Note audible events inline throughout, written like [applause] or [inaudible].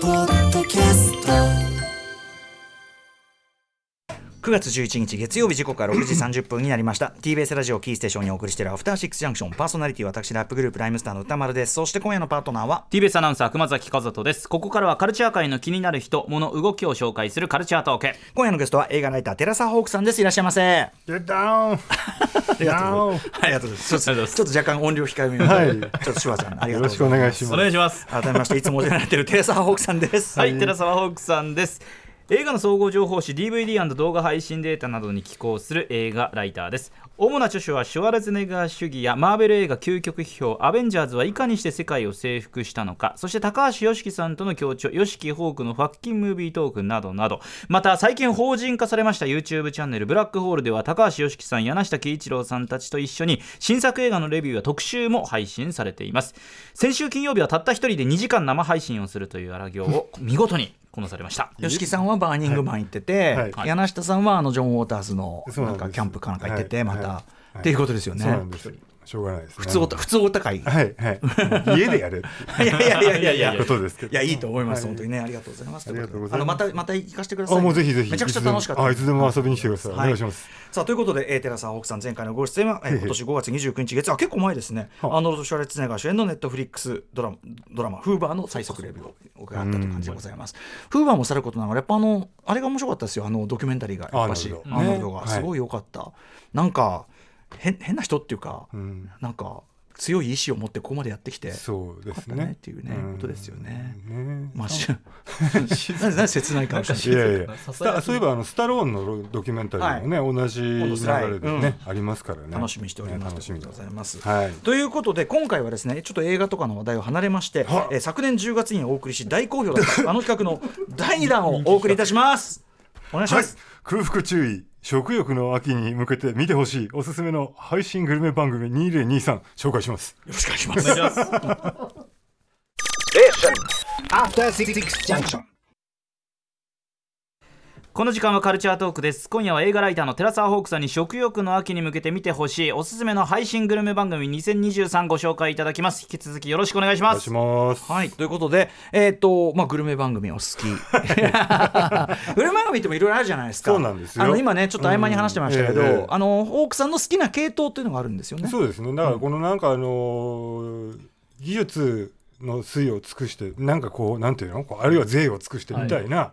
ポッドキャスト9月11日月曜日時刻は6時30分になりました TBS ラジオキーステーションにお送りしているアフターシックスジャンクションパーソナリティは私ラップグループライムスターの歌丸ですそして今夜のパートナーは TBS アナウンサー熊崎和人ですここからはカルチャー界の気になる人物動きを紹介するカルチャートーク今夜のゲストは映画ライター寺澤ホークさんですいらっしゃいませ [laughs] 出たん。よありがとうございますちょありがとうございまっすと若干音量控えめに、はいちょっとシュワちゃんありがとうろごしざくおいます願いしおます。願いします改めましていつもお世話になっている寺澤ホークさんですはい、寺澤ホークさんです映画の総合情報誌 DVD& 動画配信データなどに寄稿する映画ライターです主な著書はシュワルツェネッガー主義やマーベル映画究極批評アベンジャーズはいかにして世界を征服したのかそして高橋良樹さんとの協調良樹ホークのファッキンムービートークなどなどまた最近法人化されました YouTube チャンネルブラックホールでは高橋良樹さん柳下喜一郎さんたちと一緒に新作映画のレビューや特集も配信されています先週金曜日はたった一人で2時間生配信をするという荒行 [laughs] を見事にこなされました吉木さんはバーニングマン行ってて、はいはい柳下さんはあのジョン・ウォーターズのそうななんんですかキャンプかなんか行ってて、はいまた、はいはいっていうことですよねそうなんです。しょうがないですね。普通おた普通お高いはいはい。家でやるっていやいやいやいやいやいうことですけど。いや、いいと思います、は本当にね、ありがとうございます。ありがとうございますあの、また、また行かせてください。あもうぜひぜひ。めちゃくちゃ楽しかった。いつでもあいつでも遊びに来てください。おは願いします。さあということで、えー、寺さん、奥さん、前回のご出演は、えーへへ今年5月29日月曜、あ結構前ですね、はあアーノルド・シュワレッツェネッガー主演のネットフリックスドラマ、ドラマフーバーの最速レビューを伺ったという感じでございます。フーバーもさることながら、やっぱあの、あれが面白かったですよ、あのドキュメンタリーが、やっぱし、あなるアーほどノルドが、ねすごい良かった。なんか、変変な人っていうか、うんなんか、強い意志を持ってここまでやってきて、そうでよかっすたねね。っていうね、んことですよね。ねまあ、し [laughs] [laughs] なぜ切ない顔していやいやスタそういえばあのスタローンのドキュメンタリーもね、同じ流れではいね、ありますからね楽しみにしております。ね楽しみというだことでございます。はいということで今回はですねちょっと映画とかの話題を離れまして、はいえー昨年10月にお送りし大好評だ [laughs] ったあの企画の第2弾をお送りいたします。お願いしはまいす。、空腹注意食欲の秋に向けて見てほしいおすすめの配信グルメ番組2023紹介しますよろしくお願いします。 After Six Junction. この時間はカルチャートークです今夜は映画ライターの寺澤ホークさんに食欲の秋に向けて見てほしいおすすめの配信グルメ番組2023ご紹介いただきます引き続きよろしくお願いしおま願いすしますはいということで、えっとまあ、グルメ番組お好 [laughs] きグルメ番組ってもいろいろあるじゃないですかそうなんですよあの今ねちょっと合間に話してましたけど、うんええあのホークさんの好きな系統っていうのがあるんですよね。そうですねだからこのなんかあのー技術の粋を尽くしてなんかこうなんていうのこうあるいは税を尽くしてみたいな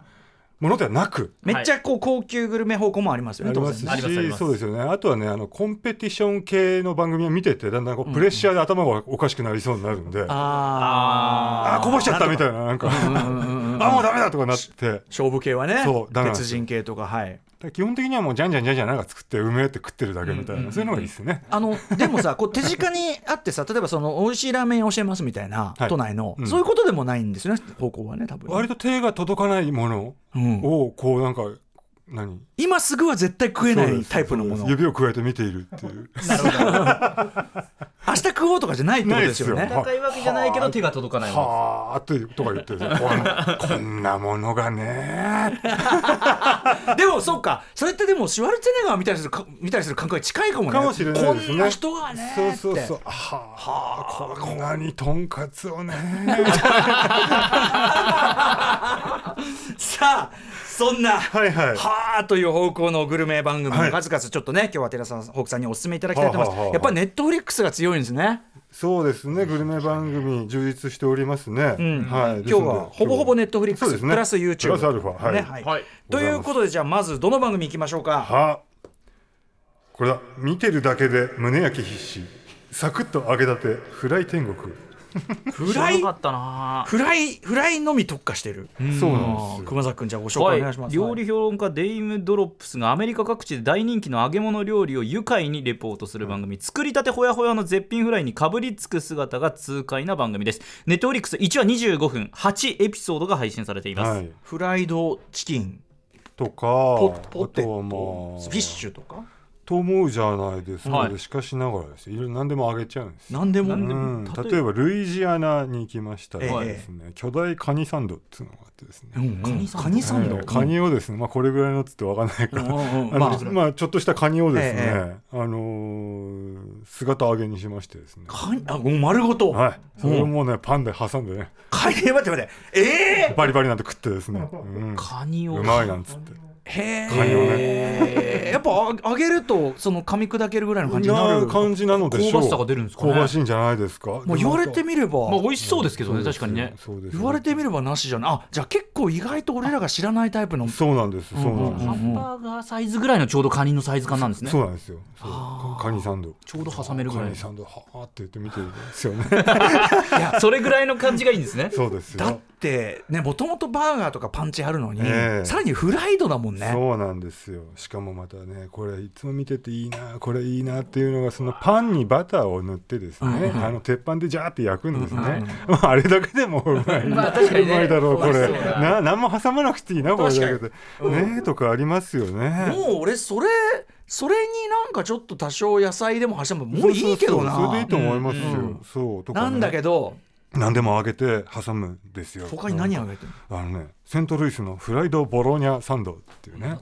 ものではなく、めっちゃこう高級グルメ方向もありますよね、あり当然ますしねありますありますそうですよねあとはねあのコンペティション系の番組を見ててだんだんこうプレッシャーで頭がおかしくなりそうになるので、あああーこぼしちゃったみたいななんかあもうダメだとかなって勝負系はねそうダメなんです別人系とかはいだから基本的にはもうじゃんじゃんじゃんじゃんなんか作ってうめえって食ってるだけみたいな、そういうのがいいですね。あのでもさこう手近にあってさ例えばその美味しいラーメン教えますみたいな、はい都内の、うんそういうことでもないんですよね方向はね多分割と手が届かないものうんをこうなんか何今すぐは絶対食えなそうでいすタイプのものそうです指を加えて見ているっていう明日食おうとかじゃないってことですよなねいですよ高いわけじゃないけど手が届かないものはあってとか言ってるこん [laughs] なこんなものがねでもそうかそれってでもシュワルツェネッガーみたいにするか見たりする感覚に近いかもねかもしれないですねこんな人がねそうそうそうってはあこんなにとんかつをねさあそんなはいはいはあという方向のグルメ番組はのい数々ちょっとね、今日は寺澤ホークさんにお勧めいただきたいと思います、はあはあはあやっぱりネットフリックスが強いんですねそうですねグルメ番組充実しておりますね、んはい今日はほぼほぼネットフリックそうス、ですねプラス YouTube プラスアルファはい、ねはいはいということでじゃあまずどの番組いきましょうかはこれだ見てるだけで胸焼き必至サクッと揚げたてフライ天国、フ知ラらなイかったなフライフライのみ特化してるそうなあーんですよ熊崎くんじゃあご紹は介いお願いします、料理評論家デイム・ドロップスがアメリカ各地で大人気の揚げ物料理を愉快にレポートする番組、作りたてほやほやの絶品フライにかぶりつく姿が痛快な番組ですネットフリックス1話25分8エピソードが配信されています、はいフライドチキンとかポあポテとトはまあフィッシュとかと思うじゃないですか、はいでしかしながらですよいろいろ何でもあげちゃうんですよ何でも何でもうん、例えば例えばルイジアナに行きましたらええですね、巨大カニサンドっていうのがあってですね、うんうんカニサンドええカニをですね、まあ、これぐらいのっつってわかんないから、うんうんあのまあまあ、ちょっとしたカニをですね、えあのー姿揚げにしましてですねカニあもう丸ごとはいそれをもうね、パンで挟んでねカニ待って待ってえバリバリなんて食ってですね、うんカニをうまいなんつってえへカニをねえやっぱあ揚げるとその噛み砕けるぐらいの感じにななる感じなのでしょう香ばしさが出るんですかね香ばしいんじゃないですかもう言われてみればまあ美味しそうですけどね、確かにねそうです言われてみればなしじゃないあじゃあ結構意外と俺らが知らないタイプのそうなんですそうなんです、ハンバーガーサイズぐらいのちょうどカニのサイズ感なんですねそうなんですよそうカニサンドちょうど挟めるぐらカいニサンドはあって言って見てるんですよねいやそれぐらいの感じがいいんですねそうですだっよてねもともとバーガーとかパンチあるのに、ええさらにフライドだもんねそうなんですよしかもまたねこれいつも見てていいなこれいいなっていうのがそのパンにバターを塗ってですね、あの鉄板でジャーって焼くんですね、 [laughs] まあ、あれだけでもうまい、まあ確かにねうまいだろうこ美れ味しそうだな何も挟まなくていいなこれだけで、ねえとかありますよねもう俺それそれになんかちょっと多少野菜でも挟むもういいけどなそうそうそうそれでいいと思いますよ、そうとか、ね、なんだけど何でも揚げて挟むんですよ他に何あげてるあのねセントルイスのフライドボローニャサンドっていうね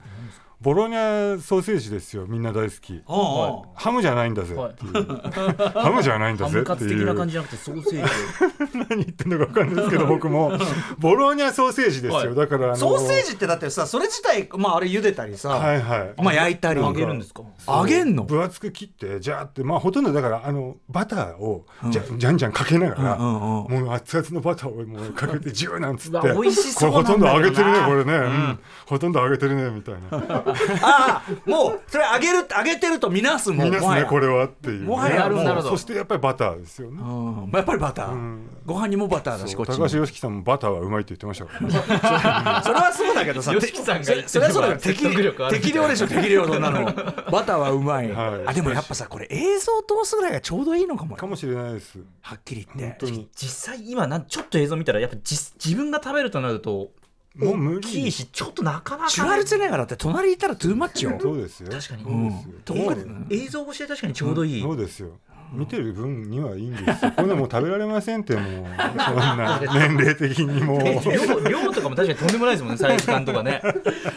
ボローニャソーセージですよみんな大好きの、ああハムじゃないんだぜっていう、 [laughs] ハムじゃないんだハぜムっカツてい的うな感じじゃなくてソーセージ [laughs] 何言ってんのか分かんないですけど僕もボローニャソーセージですよ、はいだからあのソーセージってだってさそれ自体まああれ茹でたりさ、はいはいまあ焼いたり揚げるんですか揚げんの分厚く切ってじゃーってまあほとんどだからあのバターをじゃ,、じゃんじゃんかけながら、うんうんもう熱々のバターをもうかけてジューなんつっうわて美味しそうこれほとんど揚げてるねなんだこけれね、うんほとんど揚げてるねみたいなああもうそれ揚げる揚げてると見なすもんみんなもはねやこれはっていうね、もはやなるほどなるほどそしてやっぱりバターですよね、うんまあやっぱりバター、ご飯にもバターだしこそうっちに高橋良樹さんもバターはうまいって言ってましたからねそれはそうだけど [laughs] さ、吉木さんが言ってそれはそうだけど説得力ある適適量でしょ適量そんな [laughs] の。バターはうまい。はいあでもやっぱさこれ映像通すぐらいがちょうどいいのかも。かもしれないですはっきり言っ本て当。に実際今なんちょっと映像見たらやっぱ実自分が食べるとなるともう無大きい理しちょっとなかなかシュワルツェネッガーだって隣いたらトゥーマッチよ。そうですよ確かにそうですよとんかつ映像越しで確かにちょうどいい、そうですよ見てる分にはいいんですよこんなもう食べられませんってもうそんな年齢的にもう [laughs] 量量とかも確かにとんでもないですもんねサイズ感とかね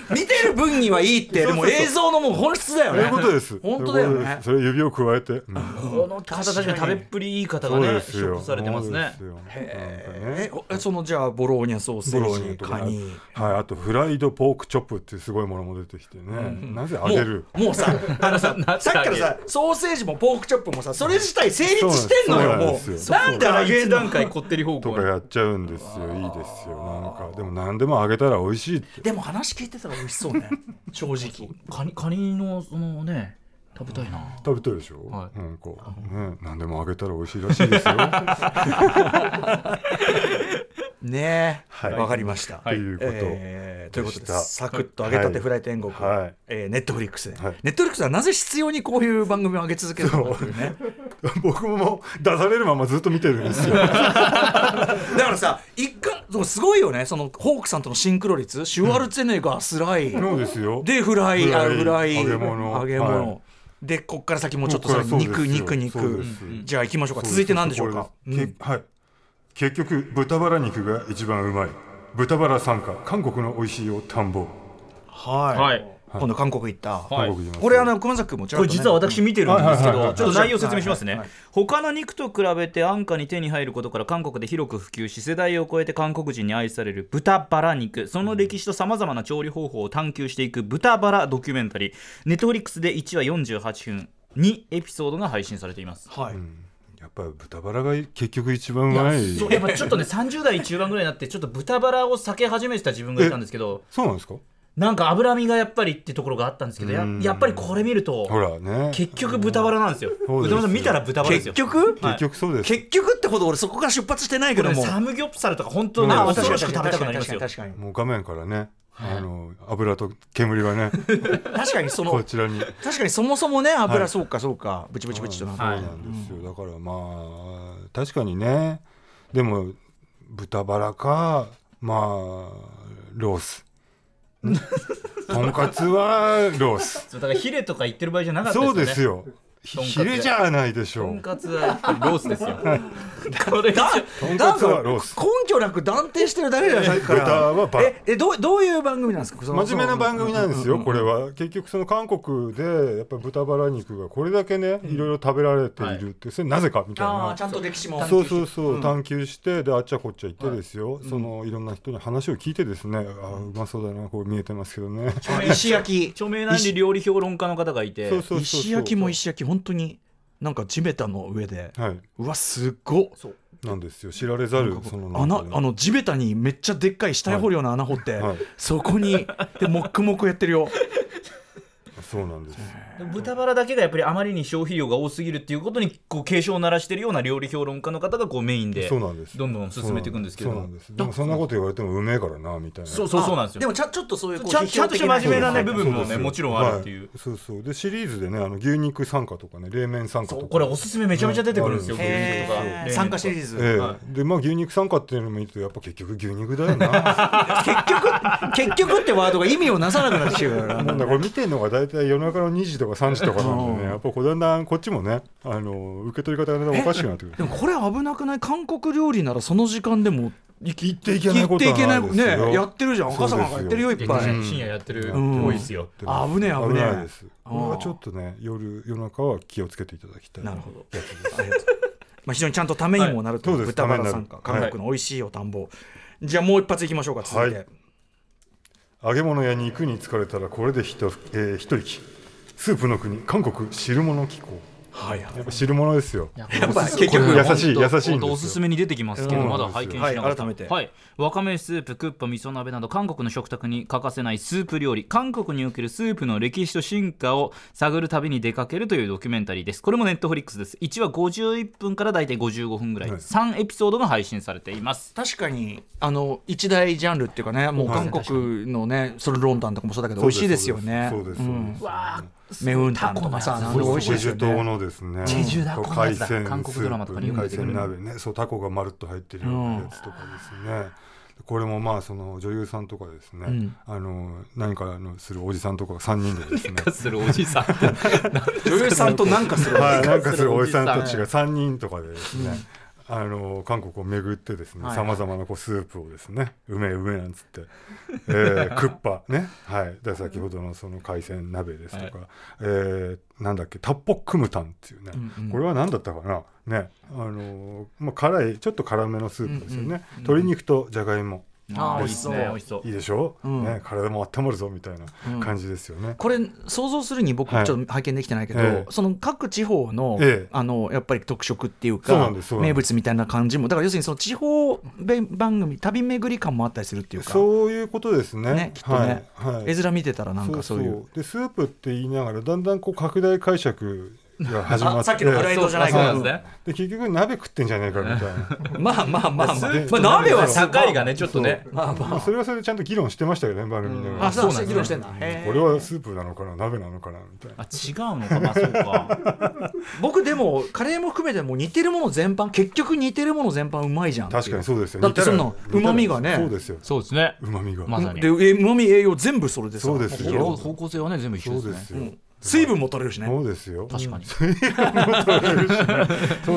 見てる分にはいいってでも映像のもう本質だよそういねう。ことです本当だよねそういうことですそれ指を加えて、うんこの方確かに食べっぷりいい方そがうねでシすョッよプされてますねそうですよえおえそのじゃあボローニャソーセボローーニジとかカニね。はい、あとフライドポークチョップっていうすごいものも出てきてね、なぜ揚げるもうもうさあ [laughs] のさ [laughs] なぜさっきから揚げるさソーセージもポークチョップもさそれ自体成立してんのよそうなんもですうよなんであげ一んの段階こってり方と向かにやっちゃうんですよいいですよなんかでも何でも揚げたら美味しいってでも話聞いてたら美味しそうね正直カニカニのそのね食べたいな、食べてるでしょ、はいなんか、ね、何でも揚げたら美味しいらしいですよ [laughs] ねえはいわかりましたっていうこと、えーということででしたサクッと揚げたてフライ天国、はいはいえーネットフリックスで、はいネットフリックスはなぜ必要にこういう番組を上げ続けるのかっていうね僕も出されるままずっと見てるんですよだからさ一回でもすごいよねそのホークさんとのシンクロ率シュワルツェネッガースライ、そうですよでフライフライあフライ揚げ物揚げ物はいでこっから先もうちょっとこさっからそうですよ肉肉そう肉ですじゃあ行きましょうか続いて何でしょうかこれですけはい結局豚バラ肉が一番うまい豚バラ参加韓国の美味しいお田んぼはい、はい今度韓国行った、はい韓国行きますこれあの熊崎君もちらこっとれね実は私見てるんですけはいはいはいはど、いちょっと内容説明しますはいねはいはい。他の肉と比べて安価に手に入ることから韓国で広く普及し、世代を超えて韓国人に愛される豚バラ肉、その歴史とさまざまな調理方法を探求していく豚バラドキュメンタリー、ネットフリックスで1話48分、2エピソードが配信されています。はい、やっぱり豚バラが結局一番うまいそうやっぱちょっとね、30代中盤ぐらいになって、ちょっと豚バラを避け始めてた自分がいたんですけど、そうなんですかなんか脂身がやっぱりってところがあったんですけど、ややっぱりこれ見ると、ほらね結結局豚バラなんですよ。そうです歌丸さん見たら豚バラで結すよ。局、はい局そうです結局ってほど俺そこから出発してないけこどれもサムギョプサルとか本当ね、あ恐ろしく食べたくなりますよ。確かに確かもう画面からねあの油と煙がねに確かに [laughs] そこのちらに確かにそもそもね油、はいそうかそうかブチブチブチとなって、そうなんですよだからまあ確かにね [laughs] でも豚バラかまあロースとんかつはロースそうだからヒレとか言ってる場合じゃなかったですそようねですよひとんかつヒレじゃないでしとょんうかつはやっぱりロースです [laughs] よこれ以上とんかつはロースなんか根拠なく断定してるだけじゃないから豚はバラええどうどういう番組なんですかその真面目な番組なんですよ、これは。結局、その韓国で、やっぱり豚バラ肉がこれだけね、いろいろ食べられているって、それなぜかみたいああなち。ゃんと歴史もそうそうそう、探求して、で、あっちゃこっちゃ行ってですよ、その、いろんな人に話を聞いてですね、あーうまそうだな、こう見えてますけどね。石焼き著名な料理評論家の方がいてそうそうそうそう。石焼きも石焼き本当になんか地べたの上で、はい。うわすっごっなんですよ。知られざる、その、穴なんかあの地べたにめっちゃでっかい死体掘るような穴掘って、はいそこにでもっくもくやってるよそうなんです。豚バラだけがやっぱりあまりに消費量が多すぎるっていうことにこう警鐘を鳴らしてるような料理評論家の方がこうメインでそうなんです。どんどん進めていくんですけどそうなんです。でも、そんなこと言われても、うめえからな、みたいな。そうそうそうなんですよでもちゃちょっとそういうこうちゃんちゃんとした真面目なね批評的部分もねもちろんあるっていうはそうそうでシリーズでねあの牛肉参加とかね冷麺参加とかこれおすすめめちゃめちゃ出てくるんですよ、うん牛肉とかへ冷ー麺参加シとかリーズ、ええはでまあ牛肉参加っていうのもいいとやっぱ結局牛肉だよな結局 [laughs] ってワードが意味をなさなくなってきてるからなんだこれ見てんのが大体夜中の2時とか3時とかなんでねやっぱこうだんだんこっちもねあの受け取り方がだんだんおかしくなってくるでもこれ危なくない韓国料理ならその時間でも生きっていけない行こっとていはけないないですよねやってるじゃんそう赤ですよ坂がやってるよいっいぱい、うん深夜やってるうん多いですよ、危ねえ危ねえ危ないですあーこれはちょっとね夜夜中は気をつけていただきたいなるほどありがとうまあ非常にちゃんとためにもなると、はいそうです豚バラさんかため韓になる国の美味しいお田んぼ、じゃあもう一発いきましょうか続いて、はい揚げ物や肉に疲れたらこれでひと、えー一息スープの国韓国汁物気候はいはいやっぱ汁物ですよやっぱ結これ優しい優しいんですよおすすめに出てきますけど、うんまだ拝見しなかった、はい改めてはい、わかめスープクッパ味噌鍋など韓国の食卓に欠かせないスープ料理韓国におけるスープの歴史と進化を探る旅に出かけるというドキュメンタリーですこれもネットフリックスです1話51分から大体55分ぐらい、はい3エピソードが配信されています確かにあの一大ジャンルっていうかねもう韓国のねそれロンタンとかもそうだけど美味しいですよねそううですそうんですメウンタンとかさなんタコのやつすでごいも美チ味しいェですよジュね島のですね。チェジュだこうこのや海つだ鮮韓国ドラマとかによく海出てくる鮮鍋ね、そうタコがまるっと入ってるようなやつとかですね。これもまあその女優さんとかですね、んあの何かのするおじさんとかが3人で [laughs] ですねするおじさん女優さんとなんかするはい、なん [laughs] かかすするるおおじじささんんたちが3人とかでですね、あの韓国を巡ってですねはいさまざまなこうスープをですねうめえうめえなんつって、え [laughs] ークッパねはいで先ほどのその海鮮鍋ですとか、えーなんだっけタッポックムタンっていうね、うんうんこれは何だったかなねあのーまあ、辛いちょっと辛めのスープですよね、鶏肉とじゃがいも美あー美味味ししそそうう美味しそういいでしょ、うんね、体も温まるぞみたいうんな感じですよね、これ想像するに僕ちょはっいと拝見できてないけど、ええその各地方の,、ええあのやっぱり特色っていうそうなかんですそうなんで名す物みたいな感じもだから要するにその地方べ番組旅巡り感もあったりするっていうかそういうことですねねきっとね、はいはい、絵面見てたらなんかそういうでスープって言いながらだんだんこう拡大解釈が [laughs] 始まってさっきのフライドじゃないそうからなんですねで結局鍋食ってんじゃねえかみたいなまあまあまあまあ、まあスー、プ鍋は社さ会がねちょっとねまあままあそれはそれでちゃんと議論してましたよね番組であは、そうなんそうなんですね議論してんだ、へえこれはスープなのかな鍋なのかなみたいあな違うのかまあそうか僕でもカレーも含めてもう似てるもの全般結局似てるもの全般うまいじゃんっていう確かにそうですよだってそんな似たらうまみがねそうですよそうですねうまみが、まさにでうまみ栄養全部それでさそうですよ方向方向性はね全部一緒そでうすでねすよ、水分も取れるしねそうですよ確かに [laughs] そう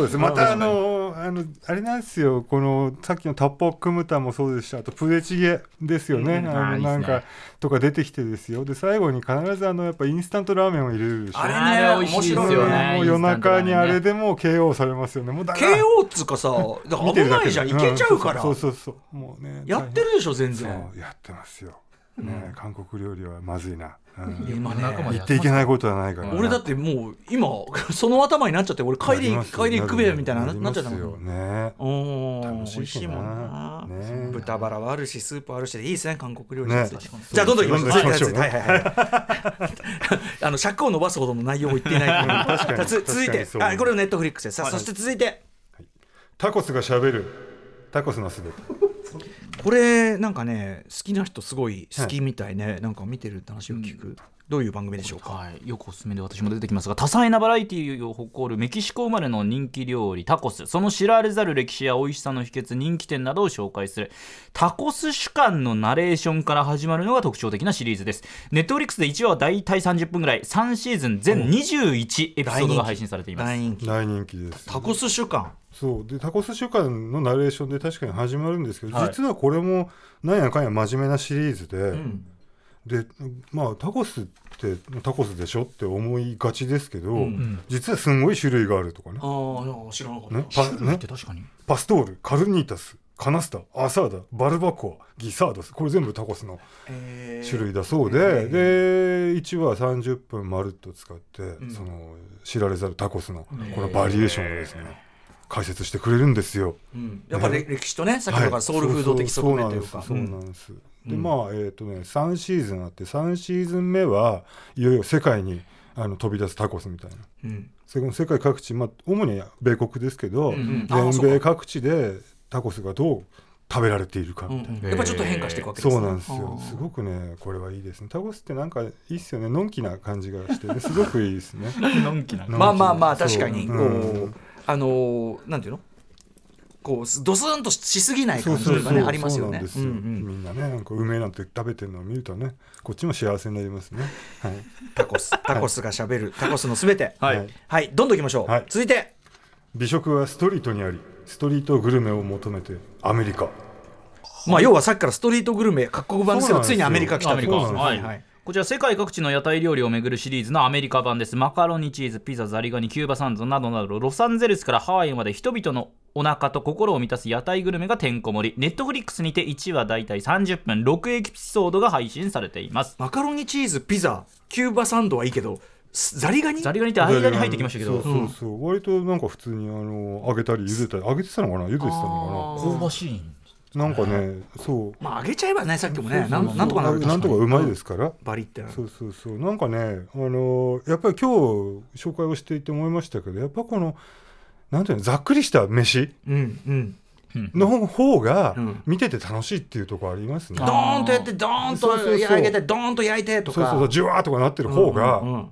ですまたあのあのあれなんですよこのさっきのタッポックムタンもそうですしあとプデチゲですよね、うんああーのいいっすねなんかとか出てきてですよで最後に必ずあのやっぱインスタントラーメンを入れるでしょあれねあれ美味しいですよねもう夜中にあれでもう KO されますよねもうだから KO っつうかさだから見て危るだなけいでじゃんいけちゃうから、んそうそうそうそうもうねやってるでしょ全然そうやってますよ、ね韓国料理はまずいな、うん、今仲間ねに言っていけないことはないからな俺だってもう今その頭になっちゃって俺帰りなりますよ帰り食えよみたいななりなっまちゃすったもよんねおー楽しい美味しいしなもんな、ね豚バラはあるしスープはあるしでいいですね韓国料理ねですねじゃあどんどんいきましょうどんどん行きましょうはいはいはい [laughs] あの尺を伸ばすほどの内容を言っていないという [laughs] 確かさあにつ続い確かてにそうあこれはネットフリックスですさあそして続いてタコスがしゃべるタコスのすべてこれなんかね好きな人すごい好きみたいねなんか見てるって話を聞くどういう番組でしょうかはい、よくおすすめで私も出てきますが多彩なバラエティーを誇るメキシコ生まれの人気料理タコスその知られざる歴史や美味しさの秘訣人気店などを紹介するタコス主観のナレーションから始まるのが特徴的なシリーズですネットフリックスで1話は大体30分ぐらい3シーズン全21エピソードが配信されています大人気大人気ですタコス主観そうでタコス週間のナレーションで確かに始まるんですけど、はい実はこれもなんやかんや真面目なシリーズで、でまあタコスってタコスでしょって思いがちですけど、ん実はすんごい種類があるとかねああ知らなかった、ねパだっねて確かにパストールカルニータスカナスタアサーダバルバコアギサーダスこれ全部タコスのえー種類だそうで、で1話30分まるっと使って、その知られざるタコスのこのバリエーションをですね、解説してくれるんですよ。うんやっぱり歴史とねさっきのだからはいソウルフード的側面というかそうなんですそうなんですでまあえっ、とね3シーズンあって3シーズン目はいよいよ世界にあの飛び出すタコスみたいなうんそれも世界各地、まあ、主に米国ですけど、んあー全そうか米各地でタコスがどう食べられているかうんみたいな。うんやっぱちょっと変化していくわけですそねうなんですよすごくねこれはいいですねタコスってなんかいいっすよねのんきな感じがして、ね、すごくいいですねのんきなまあまあまあ確かにこ、そううんあのーなんていうのこうドスンとしすぎない感じとかねありますよねそうなんですよみんなねなんか梅なんて食べてるのを見るとねこっちも幸せになりますねはいタコスタコスがしゃべるタコスのすべてはいはいはいどんどんいきましょう、はい続いて美食はストリートにありストリートグルメを求めてアメリカまあ要はさっきからストリートグルメ各国版ですけどそうなんですつよいにアメリカ来たアとメいリうカ、そうはなんですい、よはいこちら世界各地の屋台料理をめぐるシリーズのアメリカ版ですマカロニチーズピザザリガニキューバサンドなどなどロサンゼルスからハワイまで人々のお腹と心を満たす屋台グルメがてんこ盛りネットフリックスにて1話大体30分6エピソードが配信されていますマカロニチーズピザキューバサンドはいいけどすザリガニザリガニって間に入ってきましたけど、そうそうそう、割となんか普通にあの揚げたり茹でたり揚げてたのかな茹でてたの香ばしいかななんかねそうまあ揚げちゃえばねさっきもねそなうんそうなんとかなるなんとかうまいですからバリってなるそうそうそうなんかねあのやっぱり今日紹介をしていて思いましたけどやっぱこのなんていうのざっくりした飯うんうんの方がうん見てて楽しいっていうところありますね、ドーンとやってドーンそうそうそとう焼いてドーンと焼いてとそうかそうそうジュワーとかなってる方が、うんうん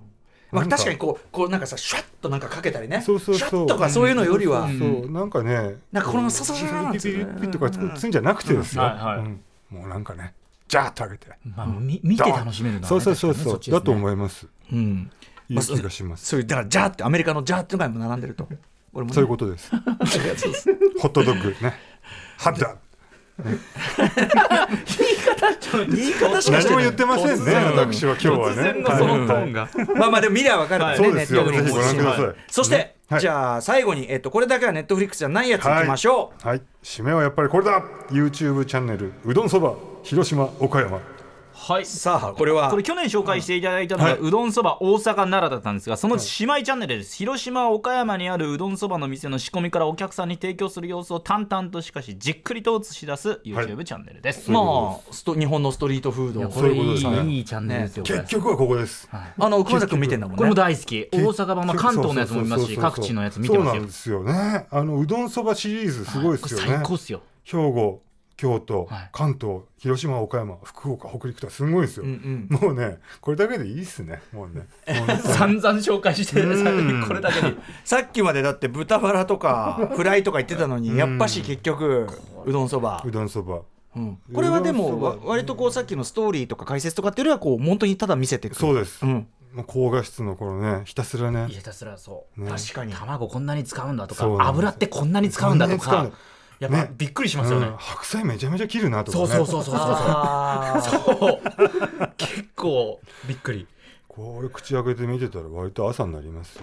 まなあ、んか確かにこうこうなんかさシュワッとなんかかけたりねそうそうそうシュワッとかそういうのよりは、そうそうそうなんかねなんかこのささささなんピですリよねピリピリとかつんじゃなくてですよ、うんはいはいうんもうなんかねジャーッと揚げて、まあ、み見て楽しめるのはねそうそうそう確かにねそそうっちですだねと思いますうんいい気がします、そういうだからジャーってアメリカのジャーっていうのが今並んでると俺もねそういうことです [laughs] [laughs] ホットドッグねハッダ言い方しかして何もない言ってませんね私は今日は突然ねのそのトーンが、 [laughs] まあまあでも見りゃ分かるからね、そうですよネットフリックスぜひご覧くださいそして、はいじゃあ最後に、えっと、これだけはネットフリックスじゃないやついきましょう、はい締めはやっぱりこれだ YouTube チャンネルうどんそば広島岡山はいさあこれはこれ去年紹介していただいたのが、はいうどんそば大阪奈良だったんですがその姉妹チャンネルです広島岡山にあるうどんそばの店の仕込みからお客さんに提供する様子を淡々としかしじっくりと映し出す YouTube チャンネルです、まあスト日本のストリートフードいやそういうことですねいチャンよこれ結局はここですあの熊崎君見てんだもんねこれも大好き大阪版、まあ、結関東のやつも見ますしそうそうそう各地のやつ見てますそうなよんですよねあのうどんそばシリーズすごいですよね、最高っすよ兵庫京都、はい関東広島岡山福岡北陸とはすごいですよ、うんもうねこれだけでいいっすねもう [laughs] ねもうね散々紹介して [laughs] うん最後にこれだけにさっきまでだって豚バラとかフライとか言ってたのにやっぱし結局うどんそばう、どんそばうんこれはでうどもんそばわ割とこうさっきのストーリーとか解説とかっていうよりはこう本当にただ見せていくそうです、うんもう高画質のこのねひたすらねいやひたすらそう、ね確かに卵こんなに使うんだとかそうなんですよ油ってこんなに使うんだとこんなかに使やっだぱびっくりしますよね、うん白菜めちゃめちゃ切るなとかそうねそうそうそう [laughs] あーそうそう結構びっくりこれ口開けて見てたら割と朝になりますよ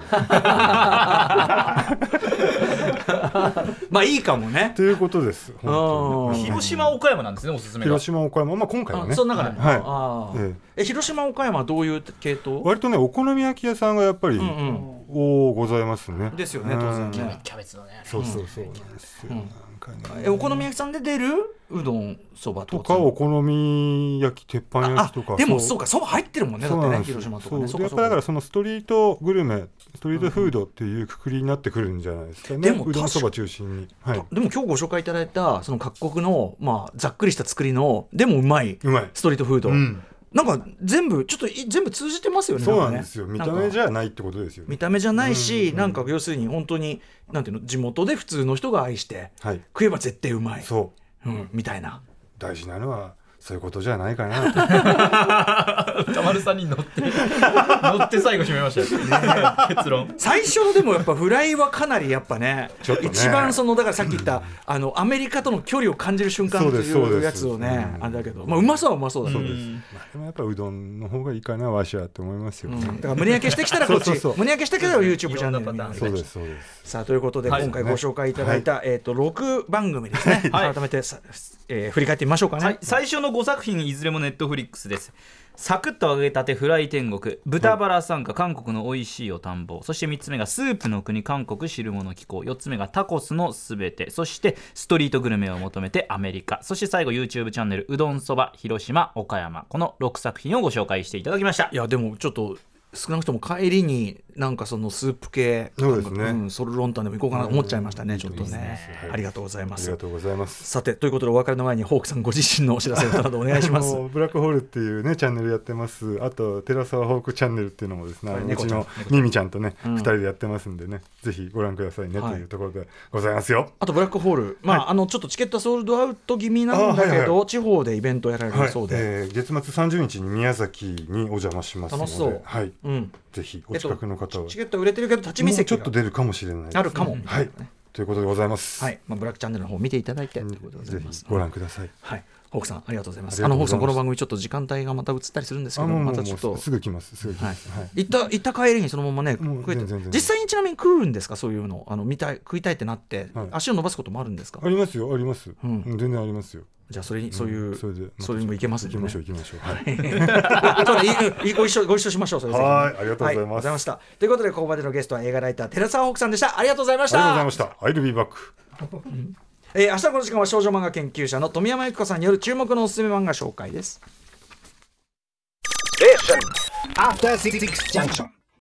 まあいいかもねということです本当にうん広島岡山なんですねおすすめが広島岡山まあ今回はあねその中で、はいあーええ広島岡山はどういう系統割とねお好み焼き屋さんがやっぱり、うんうんおおございますねですよね当然ねうんキャベツのねそうそうそうなんですよ、んなんかねえお好み焼きさんで出るうどんそばととかかお好み焼き鉄板あ焼きとかでもそうかそば入ってるもんねだそっうてなねんですよ広島とかねそそううやかそうっぱかだからそのストリートグルメストリートフードっていうくくりになってくるんじゃないですかね、でもうどんそば中心に、はい、でも今日ご紹介いただいたその各国のまあざっくりした作りのでもうまいうんうまいストリートフード、うんなんか全部ちょっとい全部通じてますよねそうかなんねですよ見た目じゃないってことですよね見た目じゃないし、なんか要するに本当になんていうの地元で普通の人が愛して、はい食えば絶対うまいそううん、みたいな大事なのはそういうことじゃないかなと歌丸さんに乗って乗って最後締めました [laughs] よ結論最初のでもやっぱフライはかなりやっぱねちょっとね一番そのだからさっき言ったあのアメリカとの距離を感じる瞬間そとうですそういでうすやつをねうんあれだけど、まあ、うまさはうまそうだねうんまあでもやっぱうどんの方がいいかなわしはって思いますようね、んだから胸焼けしてきたらこっち [laughs] そうそうそう胸焼けしてきたら YouTube チャンネルいろんになパターンそうですそうですさあということではい今回ご紹介いただいた、えー、と6番組ですね、はい改めてさ、えー振り返ってみましょうかね、はい、最初の5作品いずれもネットフリックスですサクッと揚げたてフライ天国豚バラ参加韓国の美味しいお田んぼそして3つ目がスープの国韓国汁物機構4つ目がタコスのすべてそしてストリートグルメを求めてアメリカそして最後 YouTube チャンネルうどんそば広島岡山この6作品をご紹介していただきましたいやでもちょっと少なくとも帰りになんかそのスープ系そうですねなんかん、ソルロンタンでも行こうかなと思っちゃいましたね、ちょっとねはいありがとうございまありすがとうございますさてということでお別れの前にホークさんご自身のお知らせなどお願いします [laughs] あのブラックホールっていうねチャンネルやってますあと寺沢ホークチャンネルっていうのもですねあのう猫ちちゃんのミミちゃんとね二、人でやってますんでねぜひご覧くださいねとはいいうところでございますよ、あとブラックホール、まああのちょっとチケットはソールドアウト気味なんだけど、あはいは地方でイベントやられはるいそうで、えー月末30日に宮崎にお邪魔しますので楽しそうはいうんぜひお近くの方は、チケットは売れてるけど立ち見もう席ちょっとが出るかもしれないですねあるかもはいということでございます、はいまあ、ブラックチャンネルの方見ていただいてということでござぜいまひす。ご覧くださいはい、ホークさんありがとうございます。あありのがとうホーごクさざいますんこの番組ちょっと時間帯がまた映ったりするんですけど、もうもまうたちょっともうすぐ来ますすぐ来はまいす、はい、行った行った帰りにそのままねもう食えて全然全然実際にちなみに食うんですかそういうのあの見たい食いたいってなって、はい足を伸ばすこともあるんですかあ。りますよあります、ううんん、全然ありますよじゃあそれにそういう、それでまたそれにも行けます行んでねきましょう行きましょうはいそうだいい [laughs] ご一緒ご一緒しましょうそれぜひねはいありがとうございますはざいましたということでここまでのゲストは映画ライター寺澤北さんでしたありがとうございましありがとうござたいました。アイルビーバック。えー明日この時間は少女漫画研究者の富山由紀子さんによる注目のおすすめ漫画紹介です After Six Junction.